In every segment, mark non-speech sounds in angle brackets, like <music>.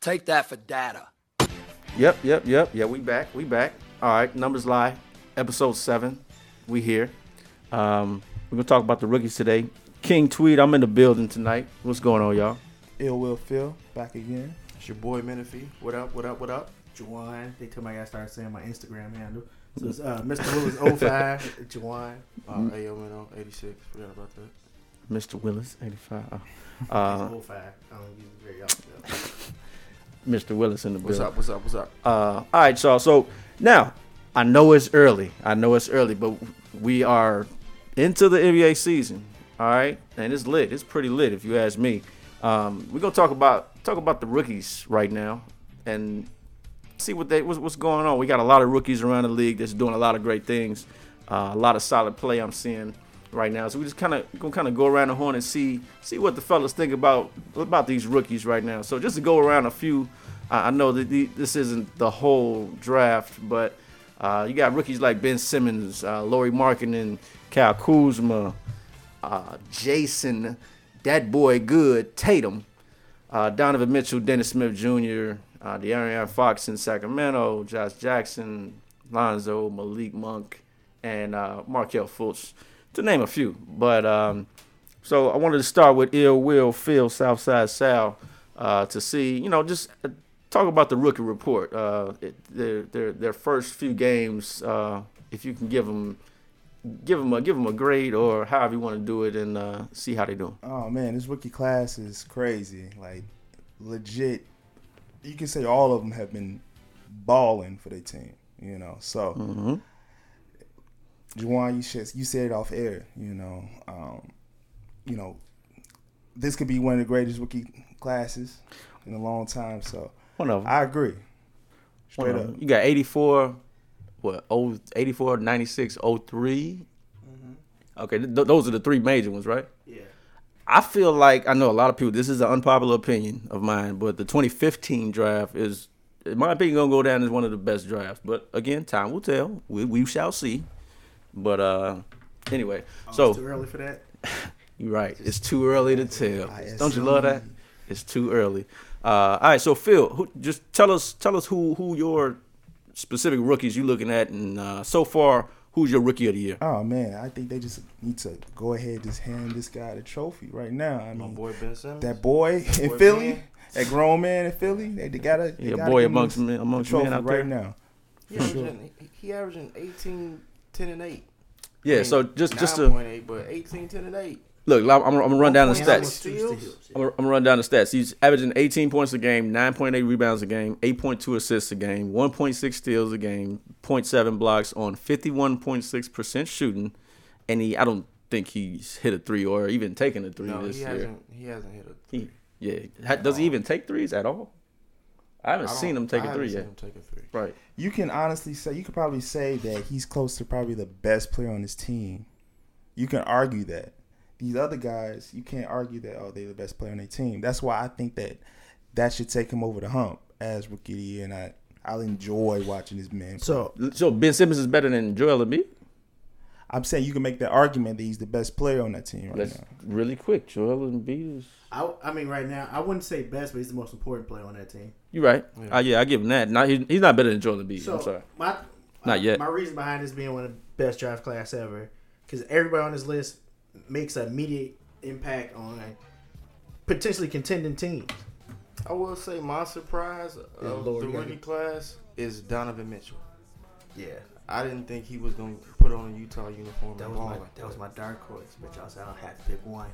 take that for data. Yep, yep, yep. Yeah, we back. We back. All right, numbers lie. Episode seven. We here. Um, we're gonna talk about the rookies today. King Tweed, I'm in the building tonight. What's going on, y'all? Ill Will Phil back again. It's your boy Menifee. What up? What up? What up? Juwan. They told me I gotta start saying my Instagram handle. So it's uh, Mr. <laughs> Willis 05 Juwan. Hmm. Uh, Hmm. AOMNO 86. Forgot about that. Mr. Willis, 85. Oh. It's Uh, 05. I don't use it very often. though. Mr. Willis in the What's building. up? What's up? What's up? Uh, all right, y'all. So now I know it's early. I know it's early, but we are into the NBA season. All right, and it's lit. It's pretty lit, if you ask me. Um, we're gonna talk about talk about the rookies right now, and see what they what's, what's going on. We got a lot of rookies around the league that's doing a lot of great things. Uh, a lot of solid play I'm seeing right now. So we just kind of gonna kind of go around the horn and see see what the fellas think about about these rookies right now. So just to go around a few, I I know that the, this isn't the whole draft, but uh, you got rookies like Ben Simmons, uh, Laurie Markkinen, Cal Kuzma, uh, Jason, that boy good, Tatum, uh, Donovan Mitchell, Dennis Smith Jr., uh, De'Aaron Fox in Sacramento, Josh Jackson, Lonzo, Malik Monk, and uh, Markel Fultz, to name a few. But um, so I wanted to start with Ill Will Phil Southside Sal uh, to see, you know, just uh, talk about the rookie report. Uh, it, their, their their first few games, uh, if you can give them give them a give 'em a grade or however you want to do it, and uh, see how they doing. Oh man, this rookie class is crazy. Like legit, you can say all of them have been balling for their team. You know, so Mm-hmm. Juwan, you should, you said it off air. You know, um, you know, this could be one of the greatest rookie classes in a long time. So One of 'em. I agree. One Straight of up, 'em. You got 84, what, oh, 84, 96, 03? Mm-hmm. Okay, th- th- those are the three major ones, right? yeah. I feel like I know a lot of people. This is an unpopular opinion of mine, but the 2015 draft is, in my opinion, gonna go down as one of the best drafts. But again, time will tell. We, we shall see. But uh, anyway, so Oh, it's too early for that. you're right. It's too early to tell. I Don't you love that? It's too early. Uh, all right. So Phil, who, just tell us tell us who who your specific rookies you looking at, and uh, so far who's your rookie of the year? Oh man, I think they just need to go ahead and just hand this guy the trophy right now. I My mean, boy Ben Simmons. that boy in boy Philly, Ben. that grown man in Philly, they, they gotta. They Yeah, gotta boy give him amongst this- men- the amongst trophy men out there. right now. he, averaging, he, he averaging 18, 10, and 8. Yeah. I mean, so just just to 9.8, but 18, 10, and 8. look, I'm, I'm gonna run down the Point how much stats. steals? I'm gonna I'm gonna run down the stats. He's averaging 18 points a game, 9.8 rebounds a game, 8.2 assists a game, 1.6 steals a game, 0.7 blocks on 51.6 percent shooting, and he I don't think he's hit a three or even taken a three No, this he year. hasn't. He hasn't hit a. He, yeah, Ha- does he even take threes at all? I haven't I don't- seen him take I a haven't three seen yet. him take a three. Right. You can honestly say you could probably say that he's close to probably the best player on his team. You can argue that. These other guys, you can't argue that. Oh, they're the best player on their team. That's why I think that that should take him over the hump as rookie of the year, and I I'll enjoy watching this man. play. So so Ben Simmons is better than Joel Embiid. I'm saying you can make the argument that he's the best player on that team right That's now. really quick. Joel Embiid is. I, I mean, right now, I wouldn't say best, but he's the most important player on that team. You're right. Yeah, yeah I give him that. Not, he, he's not better than Joel Embiid. So I'm sorry. my Not yet. My reason behind this being one of the best draft class ever, because everybody on this list makes an immediate impact on potentially contending teams. I will say my surprise Yeah, of Lord, the you got rookie it. class is Donovan Mitchell. Yeah, I didn't think he was going to put on a Utah uniform that and was ball my like that was my dark horse, but y'all said I don't have to pick one.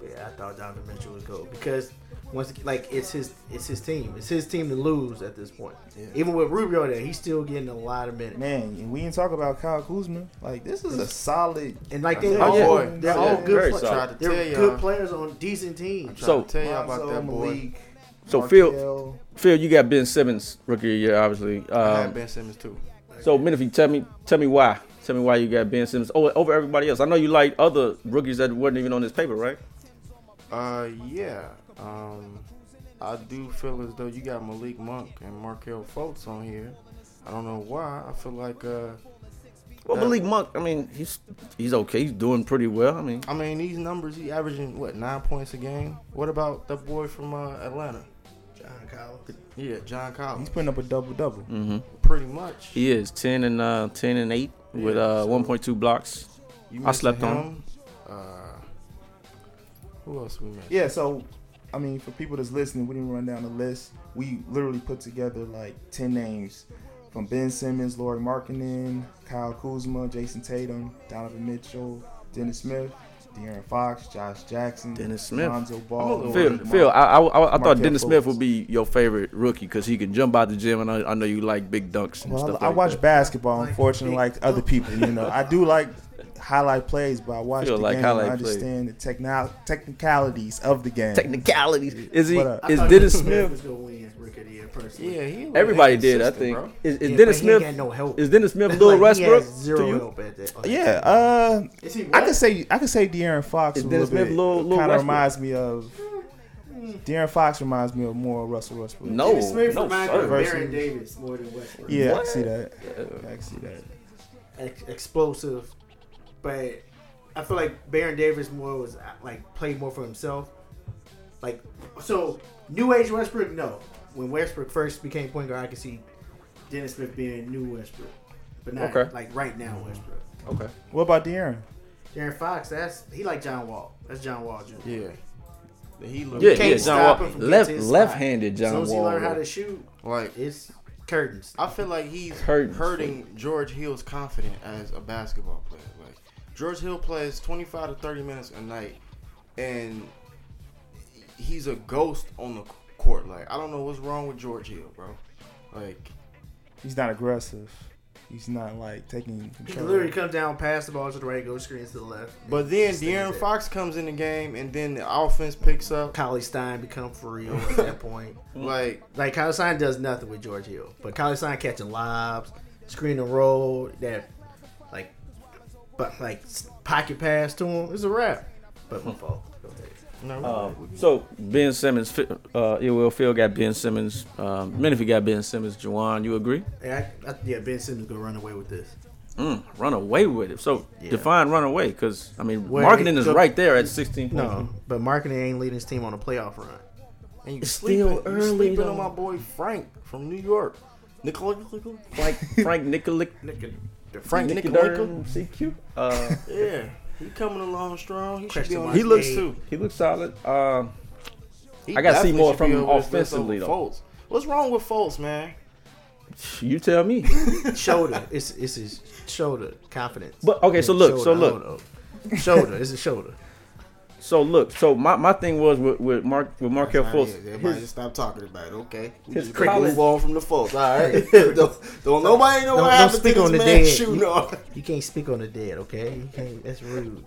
But yeah, I thought Donovan Mitchell was gold because once ag- like it's his it's his team, it's his team to lose at this point. Yeah. Even with Rubio there, he's still getting a lot of minutes. Man, and we didn't talk about Kyle Kuzma. Like this is a solid. And like they Oh, all, yeah. they're Yeah, all very good. pla- solid. Tried to They're tell y'all. good players on decent teams. Tried So- to tell y'all about that boy. So Phil, Phil, you got Ben Simmons rookie of the year, obviously. I Um, had Ben Simmons too. So, Menifee, tell me, tell me why. Tell me why you got Ben Simmons over, over everybody else. I know you like other rookies that weren't even on this paper, right? Uh, yeah. Um, I do feel as though you got Malik Monk and Markel Fultz on here. I don't know why. I feel like uh, Well, Uh, Malik Monk, I mean, he's he's okay. He's doing pretty well. I mean, I mean these numbers. He averaging what nine points a game. What about that boy from uh, Atlanta? John John Collins. Yeah, John He's Collins. putting up a double double. Mm-hmm. Pretty much. He is ten and uh, ten and eight with Yeah, uh, so- one point two blocks. You I slept missing on him. Uh, who else we missed? Yeah, so I mean, for people that's listening, we didn't run down the list. We literally put together like ten names from Ben Simmons, Laurie Markkinen, Kyle Kuzma, Jason Tatum, Donovan Mitchell, Dennis Smith, De'Aaron Fox, Josh Jackson, Dennis Smith. Lonzo I'm a Ball, little Phil, Demar- Phil, I, I, I, I thought Markel Dennis Smith Fultz. would be your favorite rookie because he can jump out the gym, and I, I know you like big dunks and Well, I, stuff. I like watch that. basketball, Like, unfortunately, like big other people. You know, I do like highlight plays, but I watch Feel the like game and I highlight plays. understand the technol technicalities of the game. technicalities. Is he? But, uh, is I thought Dennis Smith? was gonna win Rookie of the Year personally. Yeah, he. Everybody looked did, I consistent, think. bro. Is, is Yeah, but Dennis he ain't Smith? got no help. Is Dennis Smith It's Bill <laughs> like he Westbrook? has to Zero you? help at that. on Yeah, that team. uh, Is he I what? could say I could say De'Aaron Fox Is a Dennis little Smith bit. Lil- Lil kind Westbrook? of reminds me of De'Aaron Fox reminds me of more Russell Westbrook. No, Dennis Smith Oh, no, reminds sir. me Versus- of Baron Davis more than Westbrook. Yeah, I What? can see that. Yeah. I can see that. Ex- explosive, but I feel like Baron Davis more was uh, like played more for himself. Like so, new age Westbrook. No, when Westbrook first became point guard, I could see Dennis Smith being new Westbrook, but not Okay. like right now Westbrook. Okay. What about De'Aaron? Darren Fox, that's he like John Wall. That's John Wall Jr. Yeah. But He looked Yeah, Can't yeah. John stop him Wall, from getting left to his left-handed As soon John as Wall. he learned how though. to shoot, like. it's curtains. I feel like he's Curtains. hurting George Hill's confidence as a basketball player. Like George Hill plays 25 to 30 minutes a night, and he's a ghost on the court. Like I don't know what's wrong with George Hill, bro. Like He's not aggressive. He's not like taking He control. can literally come down, pass the ball to the right, go screens to the left. But then Just stands De'Aaron there. Fox comes in the game, and then the offense picks up. Collie Stein become for real <laughs> at that point. Like Like Kyle Stein does nothing with George Hill, but Kyle Stein catching lobs, screen and roll, that like, but like s- pocket pass to him is a wrap. But my fault. Go ahead. Hmm. no, Um, so Ben Simmons, fi- uh, yeah, well, Phil got Ben Simmons. Um, Menifee got Ben Simmons. Juwan, you agree? Yeah, I, I, yeah, Ben Simmons gonna run away with this. Mm, run away with it. So Yeah. define run away, because I mean, Well, marketing is so- right there at sixteen. <laughs> No, Mm-hmm. but marketing ain't leading his team on a playoff run. and you it's sleeping, still you early, sleeping though. on my boy Frank from New York, Nicola, Frank Frank Nicolik, Nigga, the f- Frank Nicola. Nicodern, CQ. Uh, Yeah, he coming along strong. He should be Question on. mark. this he looks team. Eight. too. He looks solid. Um, He I gotta see definitely more should from be him over this list offensively, over though. Fultz. What's wrong with Fultz, man? you tell me. <laughs> shoulder. It's it's his shoulder confidence. But, okay, so look, so look. look, shoulder. It's a shoulder. So look, so my, my thing was with, with Mark with Markel That's how it Fultz. is. Everybody his- just stop talking about it, okay? We his just gotta college- move on from the Fultz, all <laughs> right? don't, don't nobody know what Don't- don't happened speak to this on the man dead. shooting off. You can't speak on the dead, okay? You can't, that's rude.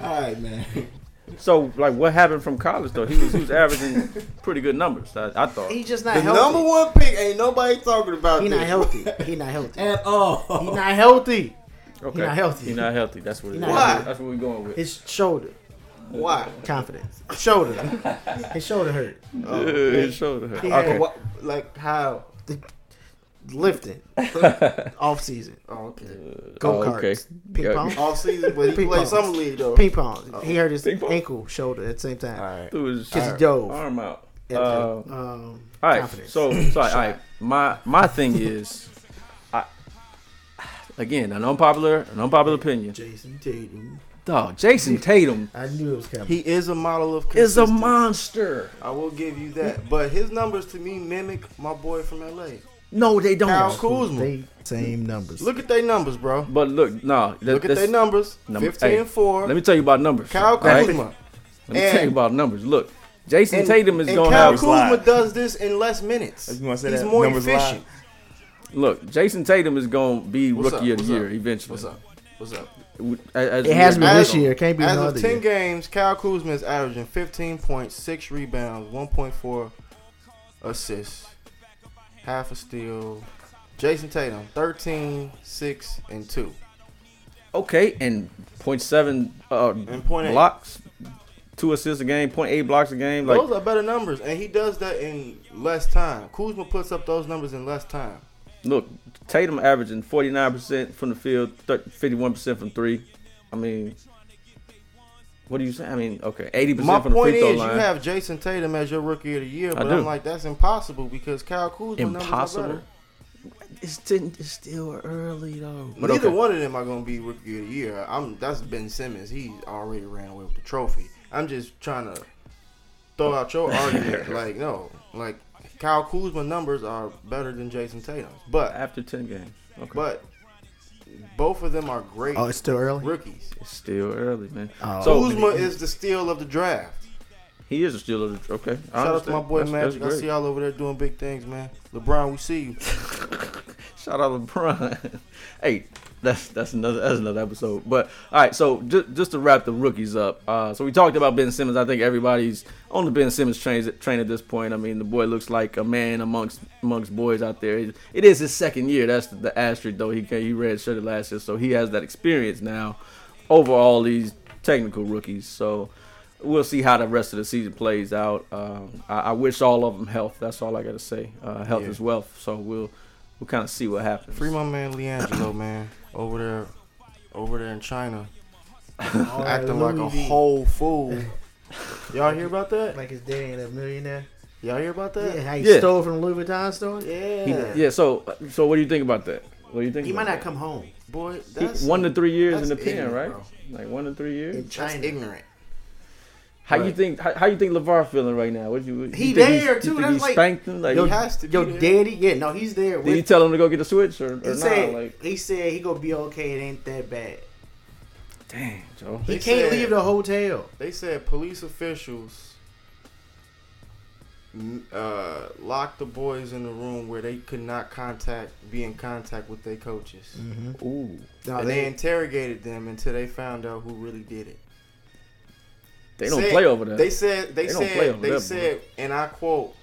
All right, man. So like, what happened from college though? He was he was averaging pretty good numbers. I, I thought. He's just not The healthy. number one pick ain't nobody talking about. He this. not healthy. He not <laughs> healthy. at all. He not healthy. Okay. not healthy. He not healthy. That's what it He is. not healthy. That's what we're going with. His shoulder Why? confidence. Shoulder. His shoulder hurt. <laughs> Yeah, his shoulder hurt. He had Okay. Why- Like how? Lifting. <laughs> Off season. Oh, okay. Go Oh, karts. okay. Ping Yeah. pong. All season, but he Ping played pong. summer league though. Ping pong. He hurt his Ping pong. ankle, shoulder at the same time. All right. Threw his Cause he ar- dove. arm out. And, Uh, um, all right. confidence. So sorry. All right. My my thing is, I again an unpopular an unpopular opinion. Jason Tatum. Dog, Jason Tatum I knew it was coming. He is a model of is a consistency. monster. I will give you that, but his numbers to me mimic my boy from LA. No, they don't. Kyle Kuzma. They same numbers. Look at their numbers, bro. But look, no. That, Look at that's- their numbers. Number- 15 hey, and 4. Let me tell you about numbers. Kyle all right? Kuzma. Let me tell you And- about numbers. Look, Jason Tatum is and going to Kyle have. Kuz- Kuzma Live. does this in less minutes. You wanna say He's that? more Numbers efficient. Look, Jason Tatum is going to be What's rookie of up? What's the year up? eventually. What's up? What's up? As- as It we has been agree. this year. It can't be As no of other 10 year. games, Kyle Kuzma is averaging 15.6 rebounds, 1.4 assists, half a steal. Jason Tatum, 13, 6, and 2. Okay, and 0.7 uh, And point eight. blocks, two assists a game, 0.8 blocks a game. Like, those are better numbers, and he does that in less time. Kuzma puts up those numbers in less time. look, Tatum averaging 49% from the field, thir- 51% from three. I mean, What do you say? I mean, okay, eighty My percent from the point free throw is, you line. have Jason Tatum as your rookie of the year, but do. I'm like, that's impossible because Kyle Kuzma numbers are Impossible. better. It's, didn't- it's still early though. But Neither okay. one of them are gonna be rookie of the year. I'm that's Ben Simmons. He already ran away with the trophy. I'm just trying to throw <laughs> out your argument. Like no, like Kyle Kuzma numbers are better than Jason Tatum's, but after ten games. Okay. but both of them are great Oh, it's still early. rookies. it's still early, man. Oh. So Kuzma is the steal of the draft. he is a steal of the okay. I Shout out to my understand. boy That's- Magic. that's I see great. y'all over there doing big things, man. LeBron, we see you. Shout out LeBron. <laughs> hey, that's that's another that's another episode. But all right, so just just to wrap the rookies up. Uh, so we talked about Ben Simmons. I think everybody's on the Ben Simmons train train at this point. I mean, the boy looks like a man amongst amongst boys out there. It- it is his second year. That's the, the asterisk though. He ca- he redshirted last year, so he has that experience now. Over all these technical rookies, so. We'll see how the rest of the season plays out. Um, I, I wish all of them health. That's all I got to say. Uh, health Yeah. is wealth. So we'll we'll kind of see what happens. Free my man Leangelo, man. Over there, over there in China, All right, acting like a Louis V. whole fool. Y'all hear about that? Like his daddy ain't a millionaire. Y'all hear about Yeah, that? how he Yeah. stole from the Louis Vuitton store. Yeah. He- yeah. So, so what do you think about that? What do you think? He might about not come home Boy, that? that's He- one to three years in that's the pen, ignorant, right? bro. Like one to three years. in That's China. ignorant. How you Right. think? How, how you think Levar feeling right now? What you? you He think he's- there, you too. think That's he like- spanked him. Like, He Yo, has to. Be Yo, there. daddy, yeah, no, he's there. did you With, tell him to go get the switch or, or he not? said Like, he said he gonna be okay. It ain't that bad. damn, Joe. They He can't said- leave the hotel. They said police officials mm, uh, locked the boys in the room where they could not contact, be in contact with their coaches. Mm. Ooh, No, and they, they interrogated them until they found out who really did it. they don't Said- play over there. They said they, They don't play over said they there, boy. said, and I quote,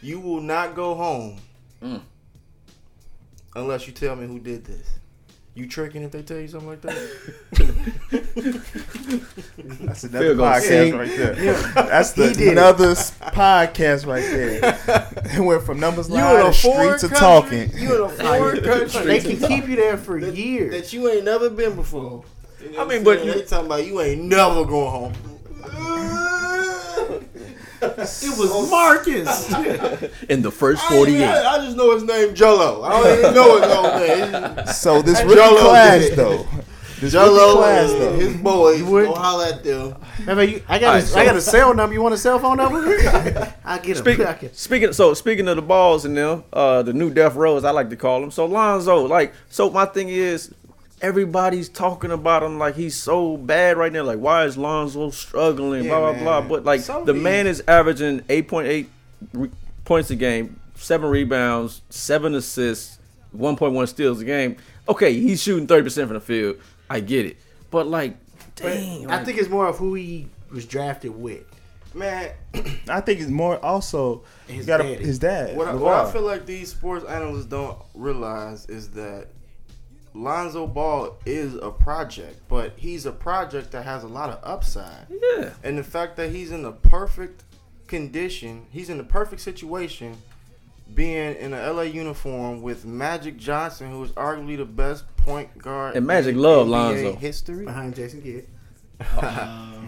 "You will not go home Mm. unless you tell me who did this." You tricking if they tell you something like <laughs> that? That's another Field goal. podcast See? right there. That's the, He did it. another s- podcast right there. <laughs> It went from numbers line to street country. to talking. <laughs> You in a foreign country. they can keep you there for years. that you ain't never been before. You know I what mean, I'm but saying? you- they talking about you ain't never going <laughs> home. it it <laughs> was Marcus. in the first I, ain't- forty-eight. I, I just know his name Jello. I don't even know his old name. <laughs> It's- So this And rookie Jolo class did it. though, this rookie Jello class and though, his boys. Would- Go holler at them. Remember, you, I got, a, Alright, so- I got a cell number. You want a cell <laughs> phone number? I get him. Speaking, I can- speaking, so speaking of the balls and them, uh, the new death row as I like to call them. So Lonzo, like, so my thing is, everybody's talking about him like he's so bad right now. Like, why is Lonzo struggling? Yeah, blah blah man. blah. But like, Some the of man these- is averaging eight point eight re- points a game, seven rebounds, seven assists, one point one steals a game. Okay, he's shooting thirty percent from the field. I get it, but like, dang, I think it's more of who he was drafted with. Man, I think it's more also his, His got daddy. his dad. what I, what I LeVar. feel like these sports analysts don't realize is that Lonzo Ball is a project, but he's a project that has a lot of upside. yeah, And the fact that he's in the perfect condition, he's in the perfect situation, being in a LA uniform with Magic Johnson, who is arguably the best point guard And Magic in love NBA Lonzo. history. Behind Jason Kidd.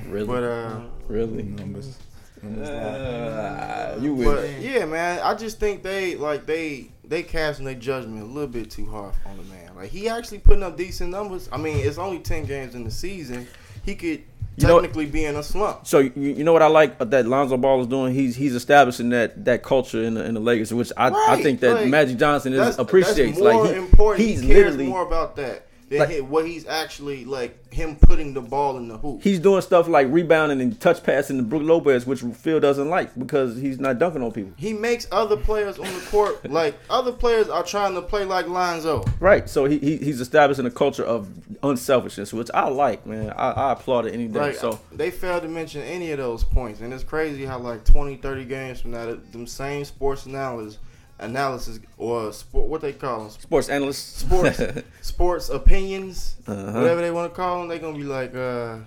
really, But uh, really. Numbers- numbers line. Uh, you will. but yeah, man, I just think they like they they casting their judgment a little bit too hard on the man. Like he actually putting up decent numbers. I mean, it's only ten games in the season. He could You know- technically be in a slump. So you, you know what I like that Lonzo Ball is doing. He's he's establishing that that culture in the, in the Lakers, which I, I Right, think that like, Magic Johnson is That's appreciates. That's more like he, important. he's he cares literally more about that than Like- he- what he's actually like him putting the ball in the hoop. he's doing stuff like rebounding and touch passing to Brook Lopez, which Phil doesn't like because he's not dunking on people. he makes other players on the court like other players are trying to play like Lonzo. Right. So he, he he's establishing a culture of unselfishness, which I like, man. I, I applaud it any day. Like so they failed to mention any of those points, and it's crazy how like 20, 30 games from now, th- them same sports analysis, analysis or sport, what they call them, sports analysts, <laughs> sports, sports opinions, Uh-huh. whatever they want to call them, they gonna be like, uh,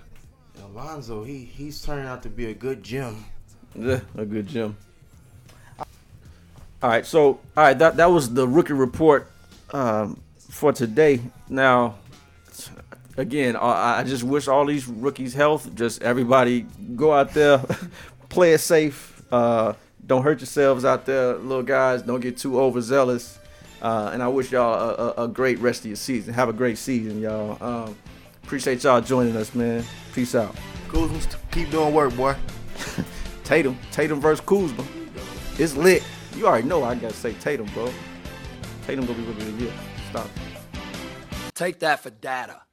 Alonzo, he he's turning out to be a good gym. Yeah, a good gym. All right, so all right, that that was the rookie report um, for today. Now, again, I I just wish all these rookies health. Just everybody go out there, <laughs> play it safe. Uh, don't hurt yourselves out there, little guys. Don't get too overzealous. Uh, and I wish y'all a, a, a great rest of your season. Have a great season, y'all. Um, appreciate y'all joining us, man. Peace out. Kuzma, keep doing work, boy. <laughs> Tatum, Tatum versus Kuzma. It's lit. You already know I gotta say Tatum, bro. Tatum gonna be rookie of the year. Stop. Take that for data.